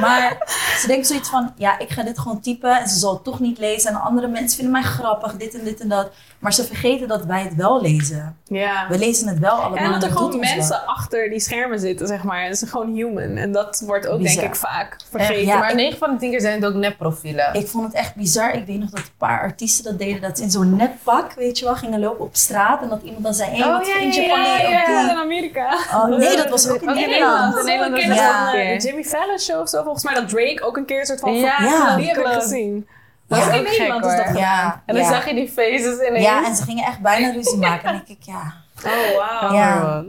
Maar ze denkt zoiets van, ja, ik ga dit gewoon typen en ze zal het toch niet lezen. En andere mensen vinden mij grappig, dit en dit en dat. Maar ze vergeten dat wij het wel lezen. Ja. We lezen het wel allemaal. En dat er doet gewoon ons mensen achter die schermen zitten, zeg maar. Dat is gewoon human. En dat wordt ook, Bizar. denk ik, vaak vergeten. Ja, maar ik- 9 van de 10 keer zijn het ook nepprofielen. Ik vond het echt bizar. Ik weet nog dat een paar artiesten dat deden. Dat ze in zo'n neppak, weet je wel, gingen lopen op straat. En dat iemand dan zei, hé, hey, wat vind je van die? Oh, ja, op die- in Amerika. Oh, nee, dat was ook in Ook in Nederland. Nederland. Ik ken was het het van ook eh, een keer. de Jimmy Fallon show of zo. Volgens mij dat Drake ook een keer een soort van... Ja, Ja. die heb ik klopt. gezien. Dat Oh, Ja, is in ook gek Nederland is hoor. dat Ja, En dan ja. zag je die faces ineens. Ja, en ze gingen echt bijna ruzie maken. En denk ik, ja. Oh, wauw. Ja.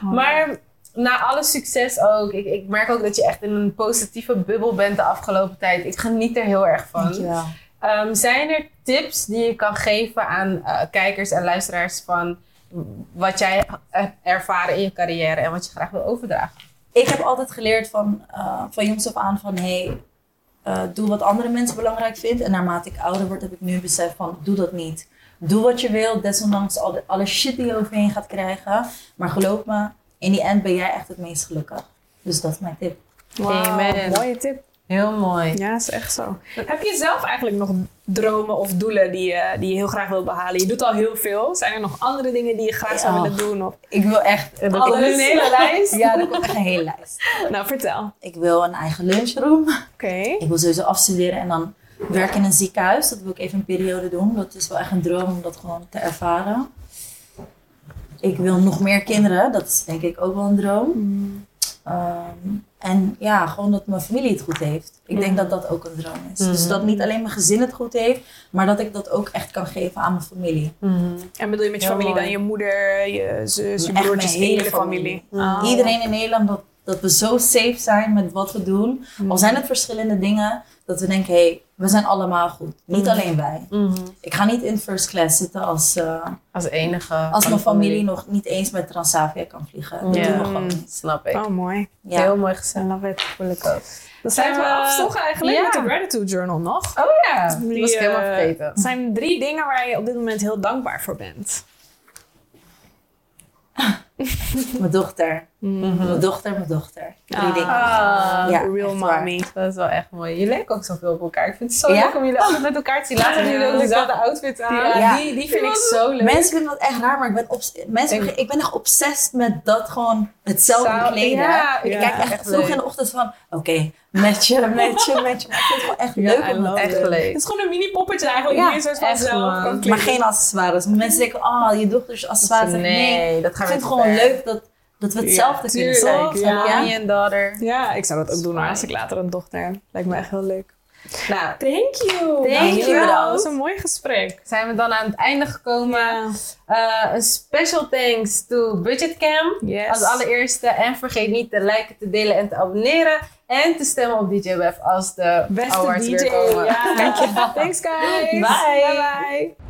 Maar na alle succes ook. Ik, ik merk ook dat je echt in een positieve bubbel bent de afgelopen tijd. Ik geniet er heel erg van. Dankjewel. Ehm, zijn er tips die je kan geven aan eh, kijkers en luisteraars van wat jij hebt ervaren in je carrière en wat je graag wil overdragen? Ik heb altijd geleerd van, eh, van jongs af aan van, hé, hey, eh, doe wat andere mensen belangrijk vindt. En naarmate ik ouder word, heb ik nu besef van, doe dat niet. Doe wat je wil, desondanks al de, alle shit die je over je heen gaat krijgen. Maar geloof me, in die end ben jij echt het meest gelukkig. Dus dat is mijn tip. Wauw, Amen. Mooie tip. Heel mooi. Ja, is echt zo. Heb je zelf eigenlijk nog dromen of doelen die je, die je heel graag wilt behalen? Je doet al heel veel. Zijn er nog andere dingen die je graag zou Ja. willen doen? Of... Ik wil echt Dat alles. komt een hele lijst. Ja, dat komt echt een hele lijst. Nou, vertel. Ik wil een eigen lunchroom. Oké. Ik wil sowieso afstuderen en dan werken in een ziekenhuis. Dat wil ik even een periode doen. Dat is wel echt een droom om dat gewoon te ervaren. Ik wil nog meer kinderen. Dat is denk ik ook wel een droom. Ehm, en ja, gewoon dat mijn familie het goed heeft. Ik denk dat dat ook een droom is. Dus dat niet alleen mijn gezin het goed heeft, maar dat ik dat ook echt kan geven aan mijn familie. Mhm. En bedoel je met je Heel familie dan mooi. je moeder, je zus, je Echt broertjes, mijn hele hele familie? Ah. Oh. Iedereen in Nederland dat, dat we zo safe zijn met wat we doen. Mm. Al zijn het verschillende dingen, dat we denken, hé, hey, we zijn allemaal goed. Niet Mm. alleen wij. Ik ga niet in first class zitten als, eh, Als enige. als van mijn de familie nog niet eens met Transavia kan vliegen. Dat Ja. doen we gewoon niet. Snap ik. Oh, mooi. Ja. Heel mooi gezegd. I love it. Voel ik ook. Dan zijn Zijn we we- afgestopt eigenlijk Ja. met de Gratitude Journal nog. Oh ja, dat was ik Die, eh, helemaal vergeten. Het zijn drie dingen waar je op dit moment heel dankbaar voor bent. mijn dochter. Mm. Mm-hmm. Mijn dochter, mijn dochter. Drie dingen. Ja, Ah, real echt waar. mommy. Dat is wel echt mooi. Je lijkt ook zoveel op elkaar. Ik vind het zo Ja? leuk om jullie altijd met elkaar te zien. Laten jullie ook dezelfde outfit aan. Ja. Ja. Die, die vind ik zo leuk. Mensen vinden dat echt raar, maar ik ben, obs- mensen, Denk- ik ben echt obsessed met dat gewoon hetzelfde Zou- kleden. Ja, ik ja, kijk echt, echt vroeg leuk. in de ochtend van, oké, matchen, matchen, matchen. Maar ik vind het gewoon echt leuk I om dat love te Echt doen. leuk. Het is gewoon een mini poppetje eigenlijk. Ja, die je soort van echt, zelf man. kan Maar kleden. geen accessoires. Mensen denken, ah, je dochters accessoires. Nee, dat ik gaan we vind het te gewoon ver. leuk dat, dat we hetzelfde kunnen Tuurlijk, zijn. ja. Ja. Mommy en daughter. Ja, ik zou dat ook doen hoor, als ik later een dochter heb. Lijkt me echt heel leuk. Nou, Thank you. Thank Dankjewel. you. Dat was een mooi gesprek. zijn we dan aan het einde gekomen. Eh, een special thanks to Budget Camp. Yes. Als allereerste. En vergeet niet te liken, te delen en te abonneren. En te stemmen op DJ Web als de Beste awards DJ. weer komen. Ja. Thanks guys. Bye. bye.